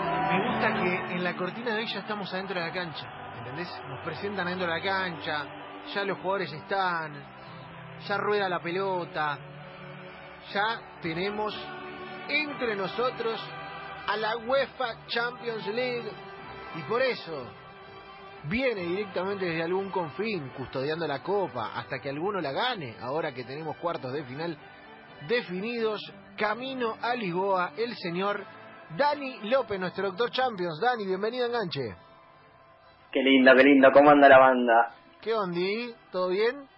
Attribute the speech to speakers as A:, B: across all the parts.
A: pasa que en la cortina de hoy ya estamos adentro de la cancha, ¿entendés? Nos presentan adentro de la cancha, ya los jugadores están, ya rueda la pelota, ya tenemos entre nosotros a la UEFA Champions League y por eso viene directamente desde algún confín custodiando la copa hasta que alguno la gane, ahora que tenemos cuartos de final definidos, camino a Lisboa, el señor Dani López, nuestro doctor Champions. Dani, bienvenido a Enganche.
B: Qué lindo, qué lindo, ¿cómo anda la banda?
A: ¿Qué ondi? ¿Todo bien?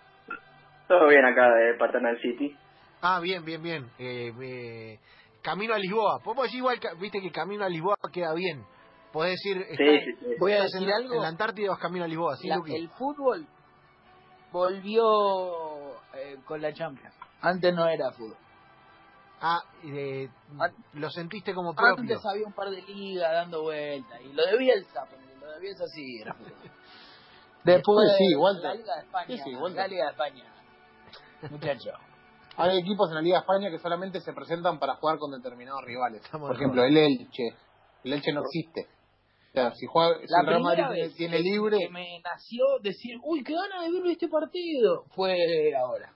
B: Todo bien acá de Paternal City.
A: Ah, bien, bien, bien. Eh, eh, camino a Lisboa. Podemos decir igual, que- viste que camino a Lisboa queda bien. Podés decir, estás-
B: sí, sí.
C: Voy a
A: estás en,
C: decir
A: la-
C: algo.
A: en la Antártida vas camino a Lisboa, ¿sí,
C: La-
A: Luqui?
C: el fútbol volvió eh, con la Champions. Antes no era fútbol.
A: Ah, eh,
C: An-
A: lo sentiste como propio.
C: Antes había un par de ligas dando vueltas. Y lo de Bielsa, ponele, lo de Bielsa sí era fútbol. Después
D: Después sí,
C: la
D: Walter.
C: Liga de España.
D: Sí, sí, Walter.
C: la Liga de España. Muchacho.
D: Hay equipos en la Liga de España que solamente se presentan para jugar con determinados rivales.
A: Estamos
D: Por
A: de
D: ejemplo, el Elche. El Elche no existe. O sea, si, juega, si
C: La
D: el Real Madrid
C: primera
D: tiene-
C: vez
D: tiene
C: que-
D: libre,
C: que me nació decir, uy, qué gana de ver este partido. Fue ahora.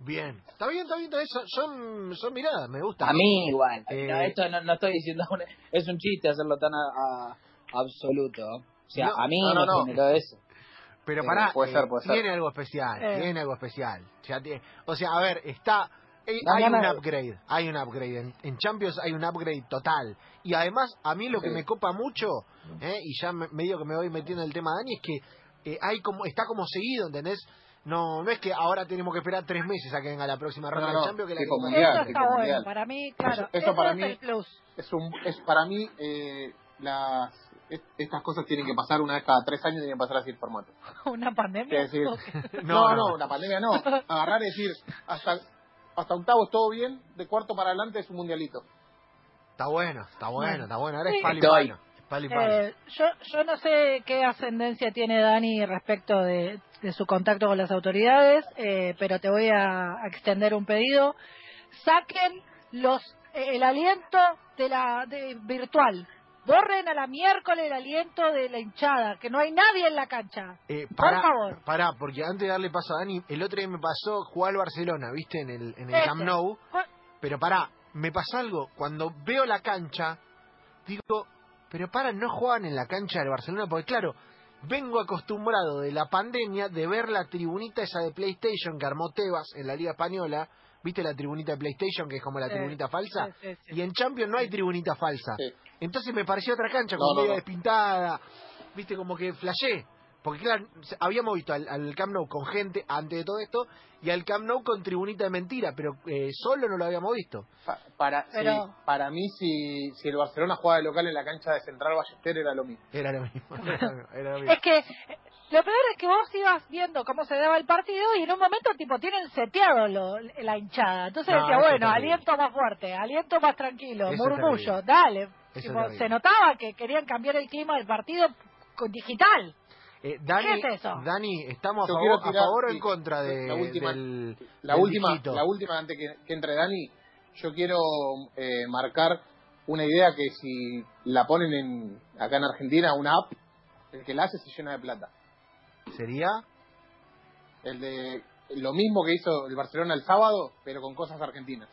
A: Bien. Está bien, está bien, está bien. Son, son, son miradas, me gusta.
C: A mí igual.
A: Eh,
C: No, esto no, no estoy diciendo, una- es un chiste hacerlo tan a- a- absoluto. O sea,
A: No,
C: a mí
D: no, no,
C: me
D: no.
C: generó eso.
A: Pero
D: Eh,
A: pará,
D: puede
A: eh,
D: ser, puede ser.
A: tiene algo especial,
C: Eh.
A: tiene algo especial. Ya tie- o sea, a ver, está... eh,
C: No,
A: hay
C: no,
A: un
C: no.
A: upgrade, hay un upgrade. En, en Champions hay un upgrade total. Y además, a mí lo que
D: Sí.
A: me copa mucho, eh, y ya me- medio que me voy metiendo en el tema, Dani, es que eh, hay como está como seguido, ¿entendés? No no es que ahora tenemos que esperar tres meses a que venga la próxima
D: No,
A: ronda
D: no,
A: de Champions. Que la
D: sí,
A: que
D: como
A: viene.
D: Mundial,
E: eso
D: tipo
E: está bueno,
D: mundial.
E: para mí, claro.
D: Eso- eso para
E: es
D: mí-
E: el plus.
D: es un es para mí eh, las es- estas cosas tienen que pasar una vez cada tres años tienen que pasar así el formato
E: Una pandemia.
D: Es decir,
E: Ok.
D: no no, la pandemia no agarrar y decir hasta hasta octavo es todo bien de cuarto para adelante es un mundialito
A: Está bueno, está bueno, está bueno. Ahora es
E: Sí.
A: palo y
C: Estoy.
A: palo, palo y palo.
E: Eh, yo, yo no sé qué ascendencia tiene Dani respecto de, de su contacto con las autoridades, eh, pero te voy a, a extender un pedido. Saquen los eh, el aliento de la de, virtual. Borren a la miércoles el aliento de la hinchada, que no hay nadie en la cancha.
A: Eh,
E: Por
A: pará,
E: favor.
A: pará, porque antes de darle paso a Dani, el otro día me pasó jugar al Barcelona, ¿viste? En el, en el
E: Ese.
A: Camp Nou.
E: Ah.
A: Pero pará, me pasa algo. Cuando veo la cancha, digo, pero para, no juegan en la cancha del Barcelona, porque claro, vengo acostumbrado de la pandemia de ver la tribunita esa de PlayStation que armó Tebas en la Liga Española. ¿Viste la tribunita de PlayStation, que es como la
E: Sí,
A: tribunita falsa?
E: Eh, Sí, sí, sí.
A: Y en Champions no hay tribunita falsa.
D: Sí.
A: Entonces me pareció otra cancha,
D: No,
A: como
D: no,
A: media
D: no.
A: despintada, viste, como que flashé. Porque claro, se- habíamos visto al, al Camp Nou con gente antes de todo esto y al Camp Nou con tribunita de mentira, pero eh, solo no lo habíamos visto.
D: Pa- para
E: Pero-
D: sí, para mí si si el Barcelona juega de local en la cancha de Central Ballester era lo mismo
A: Era lo mismo. Era lo mismo.
E: Es que eh, lo peor es que vos ibas viendo cómo se daba el partido y en un momento tipo tienen seteado lo- la hinchada. Entonces
A: No,
E: decía,
A: eso es
E: bueno,
A: terrible.
E: aliento más fuerte, aliento más tranquilo,
A: Eso es
E: murmullo, dale.
A: es
E: Tipo,
A: terrible.
E: se notaba que querían cambiar el clima del partido con digital.
A: Eh, Dani,
E: ¿Qué es eso?
A: Dani, ¿estamos a
D: Yo
A: favor,
D: quiero tirar,
A: a favor o
D: sí,
A: en contra de,
D: la última-
A: del,
D: la
A: del
D: última
A: viejito?
D: la última antes que, que entre Dani yo quiero eh, marcar una idea que si la ponen en acá en Argentina una app el que la hace se llena de plata
A: ¿Sería?
D: el de lo mismo que hizo el Barcelona el sábado, pero con cosas argentinas.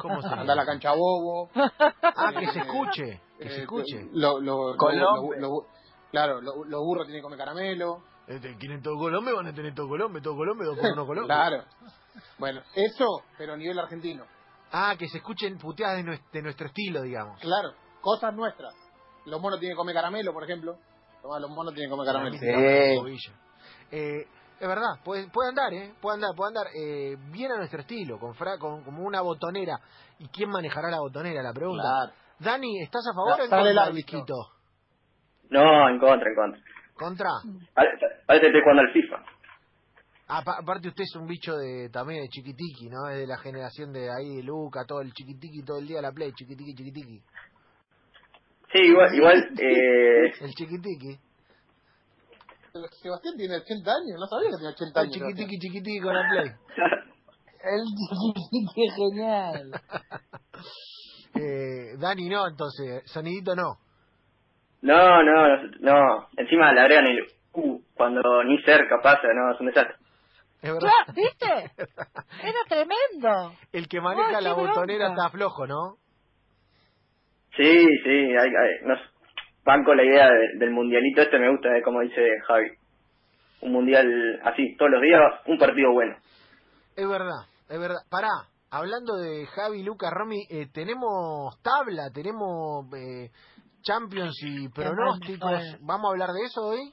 A: ¿Cómo sería?
D: Andar a la cancha bobo.
A: Ah,
D: eh,
A: que se escuche, que se
D: eh,
A: escuche.
D: Lo, lo, lo-
C: Colombe.
D: lo- lo- claro, lo- los burros tienen que comer caramelo.
A: Este, ¿Quieren todo Colombia? Van a tener todo Colombia, todo Colombia, dos por uno Colombia.
D: Claro. Bueno, eso, pero a nivel argentino.
A: Ah, que se escuchen puteadas de, nues- de nuestro estilo, digamos.
D: Claro, cosas nuestras. Los monos tienen que comer caramelo, por ejemplo. Tomá, los monos tienen que comer caramelo.
A: Claramente, la cobilla. Eh, es verdad, puede, puede andar, ¿eh? Puede andar, puede andar. Eh, bien a nuestro estilo, con, fra- con como una botonera. ¿Y quién manejará la botonera? La pregunta.
D: Claro.
A: Dani, ¿estás a favor
D: La-
A: o en
D: sale
A: contra
D: el
A: del
D: árbitro.
A: disquito?
B: No, en contra, en contra.
A: ¿Contra?
B: Ahora ahora te estoy jugando al FIFA.
A: Apa- Aparte usted es un bicho de también de chiquitiqui, ¿no? Es de la generación de ahí de Luca, todo el chiquitiqui, todo el día la play, chiquitiqui, chiquitiqui.
B: Sí, igual, igual eh,
A: El chiquitiqui.
D: Pero Sebastián tiene 80 años, no sabía que tenía 80
A: El
D: años. Sebastián.
A: chiquitiqui, chiquitiqui con la play.
C: El chiquitiqui es genial.
A: Eh, Dani no, entonces, sonidito no.
B: No, no, no, no. Encima le agregan el U cuando ni cerca pasa, no, es un desastre.
A: Es verdad.
E: Claro, ¿viste? Era tremendo.
A: El que maneja
E: Ay,
A: la
E: qué bronca.
A: botonera está flojo, ¿no?
B: Sí, sí, hay, hay- no sé. banco la idea de- del mundialito este, me gusta, eh, como dice Javi. Un mundial así, todos los días, un partido bueno.
A: Es verdad, es verdad. Pará, hablando de Javi, Luca, Romy, eh, tenemos tabla, tenemos eh, Champions y pronósticos.
E: mejor.
A: ¿Vamos a hablar de eso hoy?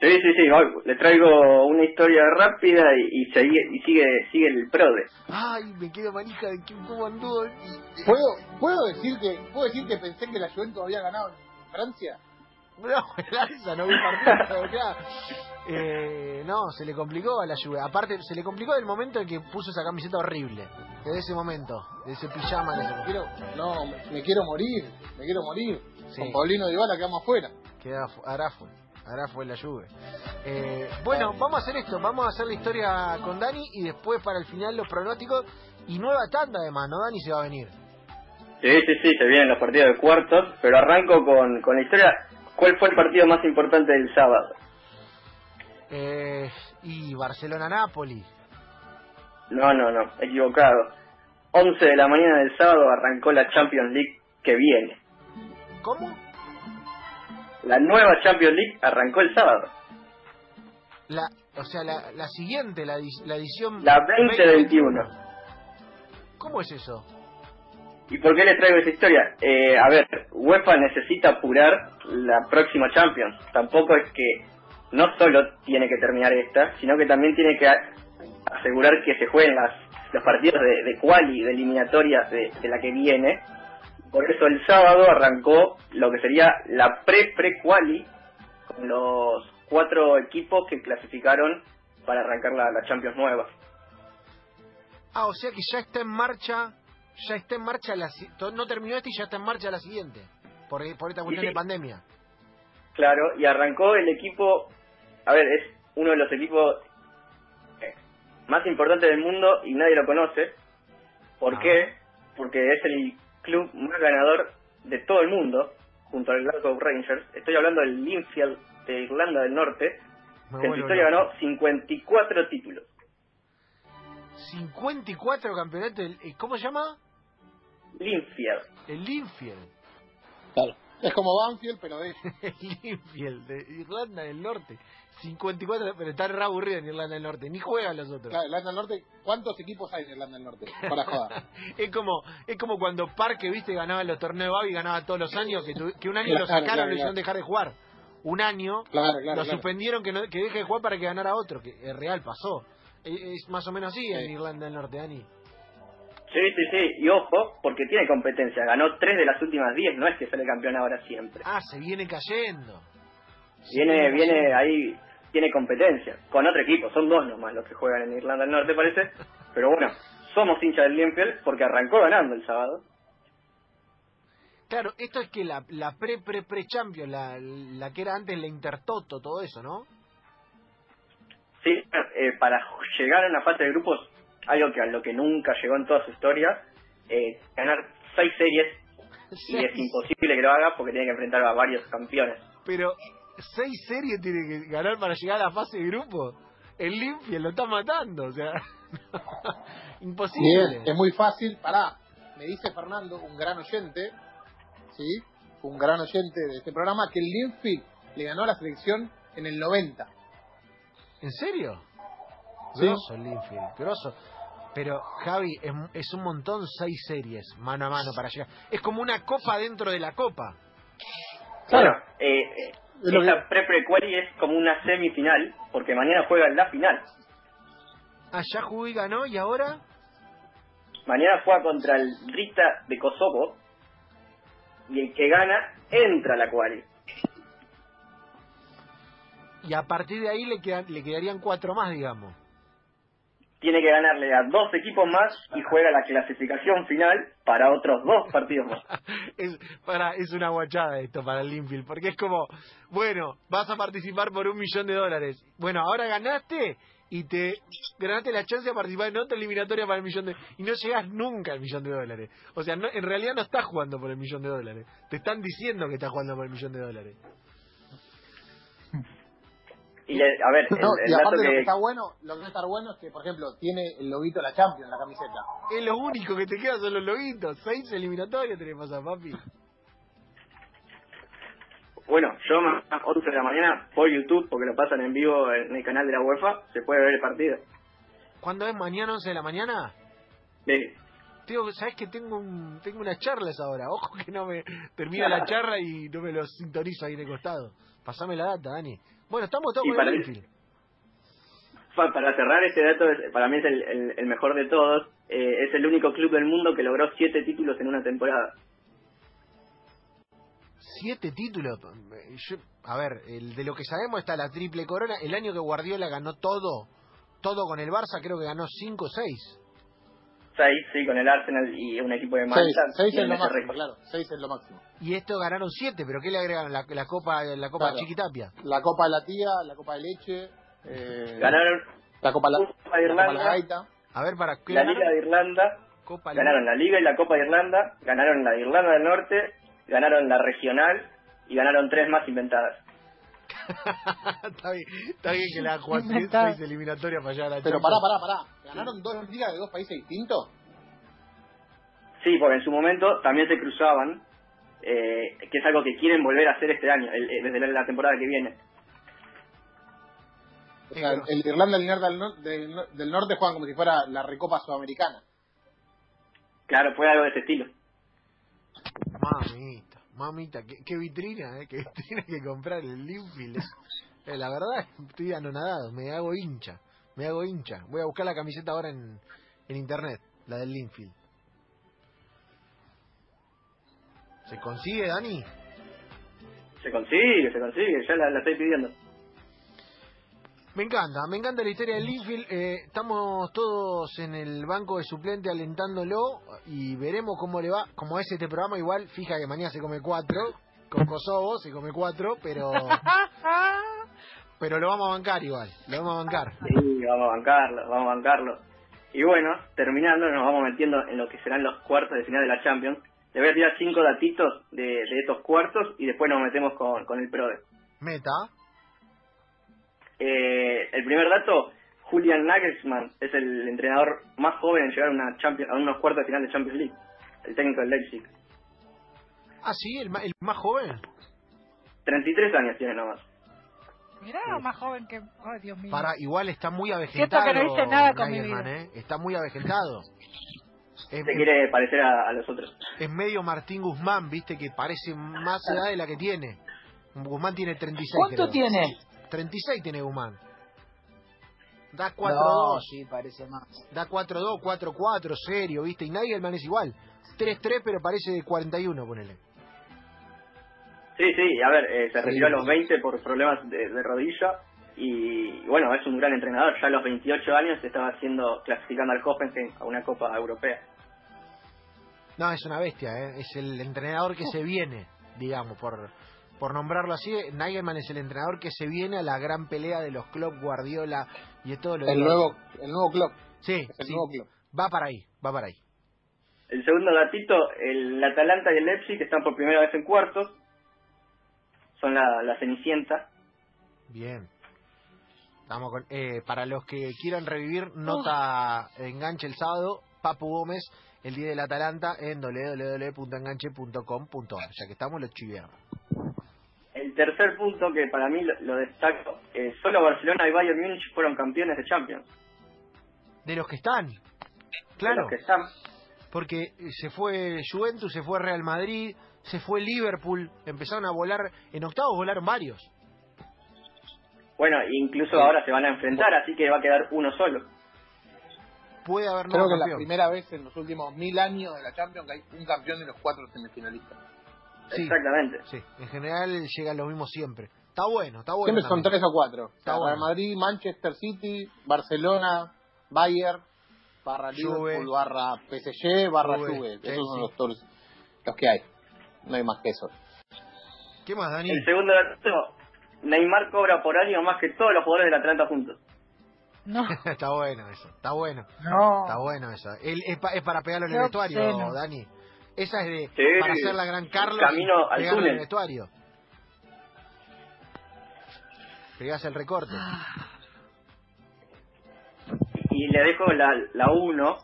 B: Sí, sí, sí, hoy le traigo una historia rápida y, y, segui- y sigue sigue el PRODE.
A: Ay, me quedo manija de que cómo anduvo. y-
D: ¿Puedo, puedo decir que puedo decir que pensé que la Juventus había ganado en Francia?
A: No, Lanza, no vi el partido, pero claro. Eh, no, se le complicó a la lluvia. Aparte, se le complicó del momento en que puso esa camiseta horrible. De ese momento, de ese pijama. en ese momento.
D: Quiero, no, me, me quiero morir, me quiero morir.
A: Sí.
D: Con Paulino Dybala quedamos afuera.
A: que hará fue. Hará fue la lluvia. Eh, bueno, vamos a hacer esto. Vamos a hacer la historia con Dani y después para el final los pronósticos. Y nueva tanda además, ¿no? Dani se va a venir.
B: Sí, sí, sí, se vienen los partidos de cuartos, pero arranco con, con la historia. ¿Cuál fue el partido más importante del sábado?
A: Eh, y Barcelona-Nápoles.
B: No, no, no, equivocado. 11 de la mañana del sábado arrancó la Champions League que viene.
A: ¿Cómo?
B: La nueva Champions League arrancó el sábado.
A: La, o sea, la, la siguiente, la, edi- la edición...
B: La 2021.
A: ¿Cómo es eso?
B: ¿Y por qué les traigo esa historia? Eh, a ver, UEFA necesita apurar la próxima Champions. Tampoco es que no solo tiene que terminar esta, sino que también tiene que a- asegurar que se jueguen las, los partidos de, de quali, de eliminatorias de, de la que viene. Por eso el sábado arrancó lo que sería la pre-pre-quali con los cuatro equipos que clasificaron para arrancar la, la Champions nueva.
A: Ah, o sea que ya está en marcha, ya está en marcha la... si- to- No terminó esta y ya está en marcha la siguiente. Por, por esta cuestión
B: sí.
A: de pandemia.
B: Claro, y arrancó el equipo, a ver, es uno de los equipos eh, más importantes del mundo y nadie lo conoce. ¿Por
A: Ah.
B: qué? Porque es el club más ganador de todo el mundo, junto al Glasgow Rangers. Estoy hablando del Linfield de Irlanda del Norte,
A: Me
B: que en su
A: vuelvo
B: historia
A: loco.
B: ganó 54 títulos.
A: 54 campeonatos. del- eh, ¿Cómo se llama?
B: Linfield.
A: El Linfield.
D: Es como Banfield, pero es.
A: El Linfield de Irlanda del Norte. 54, pero está re aburrido en Irlanda del Norte. Ni juegan los otros.
D: Claro, Irlanda del Norte, ¿cuántos equipos hay en Irlanda del Norte? Para joder.
A: Es como es como cuando Parque, viste, ganaba los torneos de Babi, ganaba todos los años, que, tu- que un año
D: Claro,
A: lo sacaron
D: claro,
A: lo hicieron
D: claro.
A: dejar de jugar. Un año
D: Claro, claro,
A: lo
D: claro.
A: suspendieron que, no- que deje de jugar para que ganara otro, que es real, pasó. E- Es, más o menos así en
D: Sí.
A: Irlanda del Norte, Dani.
B: Sí, sí, sí, y ojo, porque tiene competencia, ganó 3 de las últimas 10, no es que sale campeón ahora siempre.
A: Ah, se viene cayendo. Se
B: Viene, viene
A: cayendo.
B: ahí, tiene competencia con otro equipo. Son dos nomás los que juegan en Irlanda del Norte, parece. Pero bueno, somos hinchas del Linfield porque arrancó ganando el sábado.
A: Claro, esto es que la, la pre pre pre Champions, la, la que era antes la Intertoto, todo eso, ¿no?
B: Sí, eh, para llegar a una fase de grupos, algo que a lo que nunca llegó en toda su historia, eh, ganar seis series y es imposible que lo haga porque tiene que enfrentar a varios campeones.
A: Pero seis series tiene que ganar para llegar a la fase de grupo. El Linfield lo está matando, o sea, imposible.
D: Bien, es muy fácil. Pará, me dice Fernando, un gran oyente, ¿sí? Un gran oyente de este programa, que el Linfield le ganó a la selección en el 90.
A: ¿En serio?
D: Sí.
A: Grosso el Linfield, grosso. Pero Javi, es, es un montón seis series mano a mano para llegar. Es como una copa dentro de la copa.
D: Claro.
B: Bueno, eh, eh,
D: Es lo que-
B: esta pre-pre-quali es como una semifinal porque mañana juegan la final.
A: Allá jugué y Ah, ganó y ahora
B: Mañana juega contra el Rita de Kosovo y el que gana entra a la quali.
A: y a partir de ahí le quedan, le quedarían cuatro más, digamos.
B: Tiene que ganarle a dos equipos más y juega la clasificación final para otros dos partidos más.
A: es, para, es una guachada esto para el Linfield, porque es como, bueno, vas a participar por un millón de dólares. Bueno, ahora ganaste y te ganaste la chance de participar en otra eliminatoria para el millón de y no llegas nunca al millón de dólares. O sea, no- en realidad no estás jugando por el millón de dólares. Te están diciendo que estás jugando por el millón de dólares.
B: Y le- a ver, el,
D: No,
B: el
D: y
B: dato
D: aparte lo que
B: que...
D: está bueno, lo que va a estar bueno es que, por ejemplo, tiene el loguito de la Champions en la camiseta.
A: Es lo único que te queda son los loguitos. Seis eliminatorias tenés que pasar, papi.
B: Bueno, yo más 11 de la mañana por YouTube, porque lo pasan en vivo en el canal de la UEFA, se puede ver el partido.
A: ¿Cuándo es mañana 11 de la mañana?
B: Sí.
A: Tío, ¿sabes que tengo un, tengo unas charlas ahora? Ojo que no me termina la charla y no me lo sintonizo ahí de costado. Pasame la data, Dani. Bueno, estamos todos
B: Y
A: con
B: para-
A: el Greenfield.
B: Pa- Para cerrar ese dato, es- para mí es el, el- el mejor de todos. Eh, es el único club del mundo que logró siete títulos en una temporada.
A: Siete títulos. Yo- a ver, el de lo que sabemos está la triple corona. El año que Guardiola ganó todo, todo con el Barça, creo que ganó cinco o seis.
B: Seis, sí, con el Arsenal y un equipo de
D: Seis,
B: Malta.
D: seis es
B: tienen
D: lo
B: ese
D: máximo,
B: récord.
D: claro. Seis es lo máximo.
A: Y estos ganaron siete, pero ¿qué le agregaron? La, la Copa la copa
D: Claro.
A: Chiquitapia.
D: La Copa de la Tía, la Copa de Leche, eh,
B: Ganaron
D: la Copa la,
B: la Copa de
D: la Copa la
B: Irlanda,
D: Gaita.
A: A ver, para ¿qué
B: la
A: ganaron?
B: Liga de Irlanda,
A: Copa
B: ganaron la Liga y la Copa de Irlanda, ganaron la de Irlanda del Norte, ganaron la regional y ganaron tres más inventadas.
A: está, bien, está bien que la jugás seis
E: Inventado.
A: seis eliminatorias para llegar a la
D: Pero
A: Champions.
D: pará, pará, pará. ¿Ganaron dos ligas de dos países distintos?
B: Sí, porque en su momento también se cruzaban, eh, que es algo que quieren volver a hacer este año, el- eh, desde la, la temporada que viene.
D: O
A: Sí,
D: sea,
A: claro.
D: el Irlanda del Norte, del, Nor- del Nor- del Norte juegan como si fuera la Recopa Sudamericana.
B: Claro, fue algo de ese estilo.
A: Mamita, mamita, qué, qué vitrina, ¿eh? Qué vitrina que comprar el Linfield. Eh, la verdad, estoy anonadado, me hago hincha, me hago hincha. Voy a buscar la camiseta ahora en, en internet, la del Linfield. ¿Se consigue, Dani?
B: Se consigue, se consigue, ya la, la estoy pidiendo.
A: Me encanta, me encanta la historia del Linfield. Eh, estamos todos en el banco de suplente alentándolo y veremos cómo le va. Como es este programa, igual, fija que mañana se come cuatro. Con Kosovo se come cuatro, pero... Pero lo vamos a bancar igual, lo vamos a bancar.
B: Sí, vamos a bancarlo, vamos a bancarlo. Y bueno, terminando, nos vamos metiendo en lo que serán los cuartos de final de la Champions. Le voy a tirar cinco datitos de, de estos cuartos y después nos metemos con, con el PRODE.
A: Meta,
B: Eh, el primer dato, Julian Nagelsmann es el entrenador más joven en llegar a, una Champions, a unos cuartos de final de Champions League. El técnico del Leipzig.
A: ah sí, el, ma- el más joven.
B: 33 años tiene nomás.
E: Mirá, más joven que. Ay, Dios mío.
A: Para, igual está muy avejentado.
E: Siento que no hice nada con mi
A: Nagelsmann, ¿eh? Está muy avejentado. Es,
B: Se quiere parecer a, a los otros.
A: es medio Martín Guzmán, viste, que parece más edad de la que tiene. Guzmán tiene 36.
C: ¿Cuánto
A: creo.
C: tiene?
A: 36 tiene Guzmán. Da 4-2,
C: No, sí, parece más.
A: da 4-2, 4-4, serio, viste. Y Nagelman es igual. 3-3, pero parece de 41, ponele.
B: Sí, sí, a ver, eh, se
A: Sí.
B: retiró a los 20 por problemas de, de rodilla y bueno, es un gran entrenador. Ya a los 28 años estaba haciendo, clasificando al Hoffenheim a una Copa Europea.
A: No, es una bestia, ¿eh? es el entrenador que se viene, digamos, por, por nombrarlo así. Nagelman es el entrenador que se viene a la gran pelea de los Klopp, Guardiola y de todo lo
D: El nuevo, el nuevo club.
A: Sí,
D: Es el
A: sí,
D: nuevo club.
A: va para ahí, va para ahí.
B: El segundo datito, el Atalanta y el Leipzig están por primera vez en cuartos. Son la, la Cenicienta.
A: Bien. Vamos con, eh, para los que quieran revivir, nota enganche el sábado, Papu Gómez, el día del Atalanta, en www.enganche.com.ar. Ya que estamos, los chiveamos.
B: El tercer punto que para mí lo, lo destaco, eh, solo Barcelona y Bayern Múnich fueron campeones de Champions.
A: De los que están.
B: De
A: Claro.
B: los que están.
A: porque se fue Juventus, se fue Real Madrid, se fue Liverpool, empezaron a volar, en octavos volaron varios.
B: Bueno, incluso ahora se van a enfrentar, así que va a quedar uno solo.
A: Puede haber
D: Creo
A: nuevo
D: que la
A: campeón.
D: primera vez en los últimos mil años de la Champions que hay un campeón de los cuatro semifinalistas.
A: Sí.
B: Exactamente.
A: Sí, en general llegan los mismos siempre. Está bueno, está bueno.
D: Siempre son
A: también.
D: tres o cuatro. O sea,
A: Está
D: Real
A: bueno.
D: Madrid, Manchester City, Barcelona, Bayern, barra
A: Juve.
D: Liverpool, barra PSG, barra
A: Juve,
D: Juve.
A: Chelsea.
D: Esos son los, todos los que hay. No hay más que eso.
A: ¿Qué más, Dani?
B: El segundo dato, Neymar cobra por año más que todos los jugadores del Atlanta juntos.
E: No,
A: está bueno eso, está bueno.
E: no.
A: Está bueno eso. El- es, pa- es para pegarlo en
E: Oh. Qué
A: el vestuario,
E: obsceno.
A: Dani. Esa es de
B: Sí.
A: para hacer la gran Carlos
B: Camino
A: y
B: al
A: pegarlo en
B: túnel.
A: el vestuario. Pegás el recorte.
E: Ah.
B: Y le dejo la, la 1,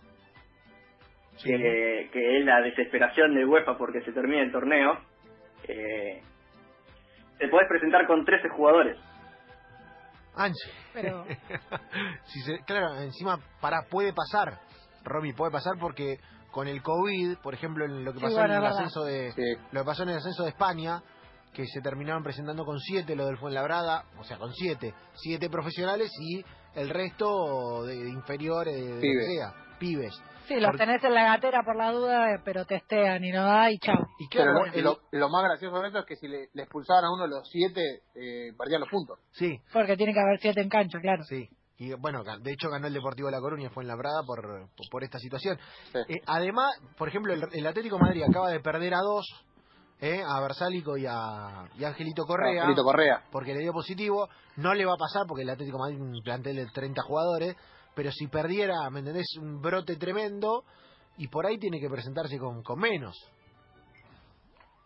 A: Sí.
B: que, que es la desesperación de UEFA porque se termina el torneo. Eh, te podés presentar con 13 jugadores.
A: Anche.
E: Pero-
A: si se- claro, encima para puede pasar. Romy puede pasar porque con el COVID, por ejemplo, en lo que
E: Sí,
A: pasó
E: bueno,
A: en
E: es
A: el
E: verdad.
A: ascenso de
D: Sí.
A: lo que pasó en el ascenso de España, que se terminaron presentando con siete lo del Fuenlabrada, o sea, con siete, siete profesionales y el resto de inferiores, de, de lo que
D: Pibes.
A: sea, pibes.
E: Sí, los tenés en la gatera por la duda, eh, pero testean y no da y chao.
A: Y
D: Pero
A: claro,
D: lo,
A: el-
D: lo- lo más gracioso de esto es que si le, le expulsaban a uno de los siete, eh, perdían los puntos.
A: sí,
E: Porque tiene que haber siete en cancha, claro.
A: Sí, y bueno, ga- de hecho ganó el Deportivo La Coruña, fue en la Prada por, por esta situación.
D: Sí.
A: Eh, además, por ejemplo, el, el Atlético de Madrid acaba de perder a dos, eh, a Bersálico y a, y a Angelito Correa,
D: Ah, Brito Correa.
A: porque le dio positivo. No le va a pasar porque el Atlético de Madrid es un plantel de 30 jugadores, pero si perdiera, ¿me entendés? Un brote tremendo y por ahí tiene que presentarse con, con menos.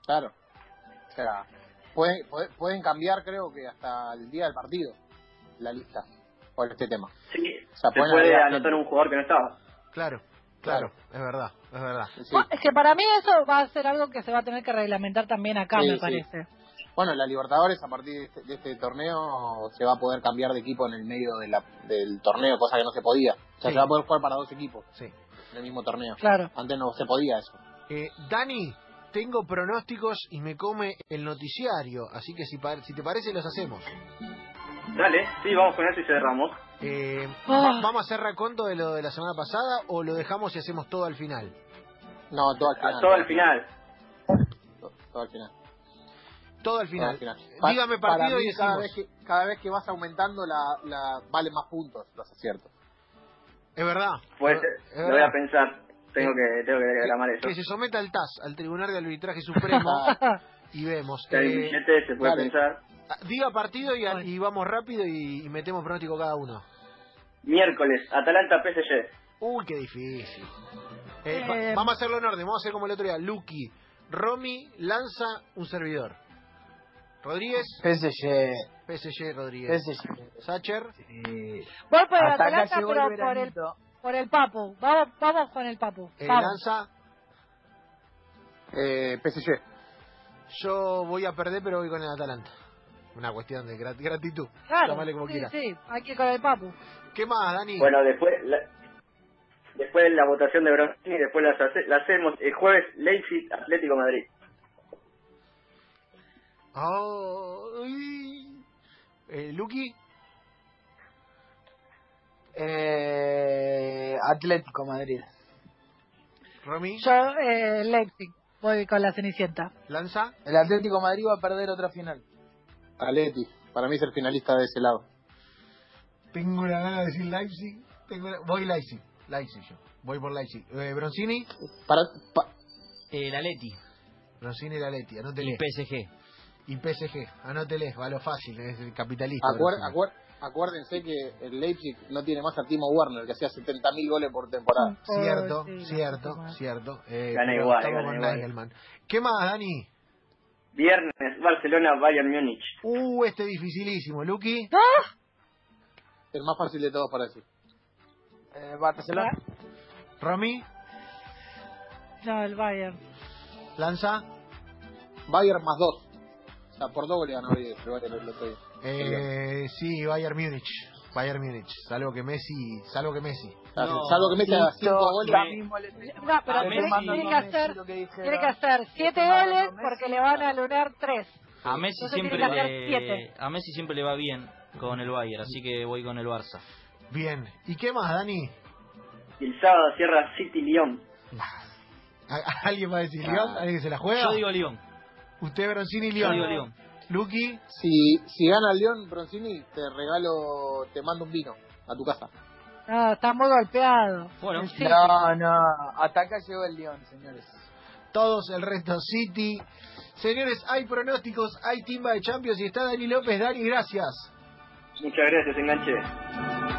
D: Claro. O sea, pueden, pueden- pueden cambiar, creo que hasta el día del partido, la lista por este tema.
B: Sí,
D: sea,
B: se
D: pueden
B: puede
D: agregar
B: anotar
D: gente.
B: un jugador que no estaba.
A: Claro, claro, es verdad, es verdad.
D: Sí.
E: Bueno, Es que para mí eso va a ser algo que se va a tener que reglamentar también acá,
D: Sí,
E: me
D: sí.
E: parece.
D: Bueno, la Libertadores a partir de este, de este torneo se va a poder cambiar de equipo en el medio de la- del torneo, cosa que no se podía. O sea,
A: Sí.
D: se va a poder jugar para dos equipos
A: Sí.
D: en el mismo torneo.
E: Claro.
D: Antes no se podía eso.
A: Eh, Dani, tengo pronósticos y me come el noticiario, así que si, pa- si te parece los hacemos.
B: Dale, sí, vamos con eso y cerramos.
A: Eh,
E: Ah.
A: va- ¿Vamos a hacer raconto de lo de la semana pasada o lo dejamos y hacemos todo al final?
D: No, todo al final.
B: A todo al final.
D: Todo- todo al final.
A: Todo al final.
D: Todo al
A: Pa- Dígame
D: Pa- para
A: partido
D: mí,
A: y
D: cada
A: decimos.
D: vez que cada vez que vas aumentando la, la vale más puntos los aciertos.
A: Es verdad.
B: Pues
A: Es
D: Eh,
B: lo
A: verdad.
B: voy a pensar. Tengo
A: Sí.
B: que, tengo que diagramar eso.
A: Que se someta al TAS, al Tribunal de Arbitraje Supremo, y vemos.
B: Si hay
A: Eh,
B: billete, se puede
D: dale.
B: pensar.
A: diga partido y, al- y vamos rápido y, y metemos pronóstico cada uno.
B: Miércoles, Atalanta PSG.
A: Uy, qué difícil. Eh,
E: Eh,
A: va- vamos a hacerlo en orden, vamos a hacer como el otro día. Lucky, Romy, Lanza, un servidor. Rodríguez,
F: PSG,
A: PSG Rodríguez.
F: PSG.
A: Sacher, eh,
F: Sí.
E: Voy por el
F: Hasta acá
E: Atalanta,
F: llegó
E: pero
F: el
E: por el,
F: veranito.
E: por el Papu. Vamos, vamos con el Papu.
A: eh,
E: Vamos.
A: Lanza.
D: Eh, PSG.
A: Yo voy a perder, pero voy con el Atalanta. Una cuestión de grat- gratitud.
E: Claro.
A: Llamale como
E: Sí,
A: quiera.
E: sí, hay que ir con el Papu.
A: ¿Qué más, Dani?
B: Bueno, después la, después de la votación de Bronzini, después la hace- la hacemos el jueves Leipzig Atlético Madrid.
A: Oh, uy. eh, Luqui,
F: Eh, Atlético Madrid.
A: Romy,
E: Yo, eh, Leipzig, voy con la Cenicienta.
A: Lanza.
F: El Atlético Madrid va a perder otra final.
D: Atleti. Para mí es el finalista de ese lado.
A: Tengo una gana de decir Leipzig. Tengo una- Voy Leipzig. Leipzig yo. Voy por Leipzig. Eh, Bronzini.
D: Para, pa-
G: El Aleti
A: Bronzini y la Leti.
G: y
A: Anótele.
G: PSG.
A: Y PSG. Anótele. Va lo fácil. Es el capitalista.
D: acuer-
A: Bronzini.
D: acuer- acuérdense que el Leipzig no tiene más a Timo Werner, que hacía 70.000 goles por
F: Mm.
D: temporada.
F: Ah,
A: Cierto,
E: Oh, sí, la
A: cierto,
E: puta madre.
A: cierto. Eh,
B: Gana
A: pero
B: igual,
A: estamos
B: gana
A: con
B: igual.
A: Nagelman. ¿Qué más, Dani?
B: Viernes, Barcelona, Bayern Múnich.
A: Uh, este es dificilísimo. Luqui.
D: El más fácil de todos para decir.
F: Eh, Barcelona.
A: Romy.
E: No, el Bayern.
A: Lanza.
D: Bayern más dos. O sea, por doble ganó el Bayern el otro día.
A: Eh, sí, Bayern Múnich. Bayern Múnich. Salvo que Messi. Salvo que Messi.
D: O sea,
G: No,
D: salvo que meta cinco goles.
F: Ya mismo le tenemos-
E: No, pero
F: Ah,
G: tiene-
F: Messi,
G: tiene
E: que
F: Messi,
E: hacer-
F: lo que dijeron.
E: Tiene que hacer siete
F: Está
E: goles
F: mandando Messi.
E: porque le van a anular tres.
G: A Messi
E: Entonces
G: siempre
E: tiene que hacer
G: le,
E: siete.
G: a Messi siempre le va bien con el Bayern, así que voy con el Barça.
A: Bien. ¿Y qué más, Dani?
B: Y el sábado cierra City Lyon.
A: ¿A- ¿Alguien va a decir León? ¿Alguien que se la juega?
G: Ah, Yo digo Lyon.
A: Usted, Broncini,
G: Yo
A: León.
G: digo Lyon.
A: Luqui.
D: Si, si gana el León, Bronzini, te regalo, te mando un vino a tu casa.
E: No, está muy golpeado.
G: Bueno.
E: El City.
F: No, no. Hasta acá llegó el León, señores.
A: Todos el resto City. Señores, hay pronósticos, hay timba de Champions y está Dani López. Dani, gracias.
B: Muchas gracias, enganche.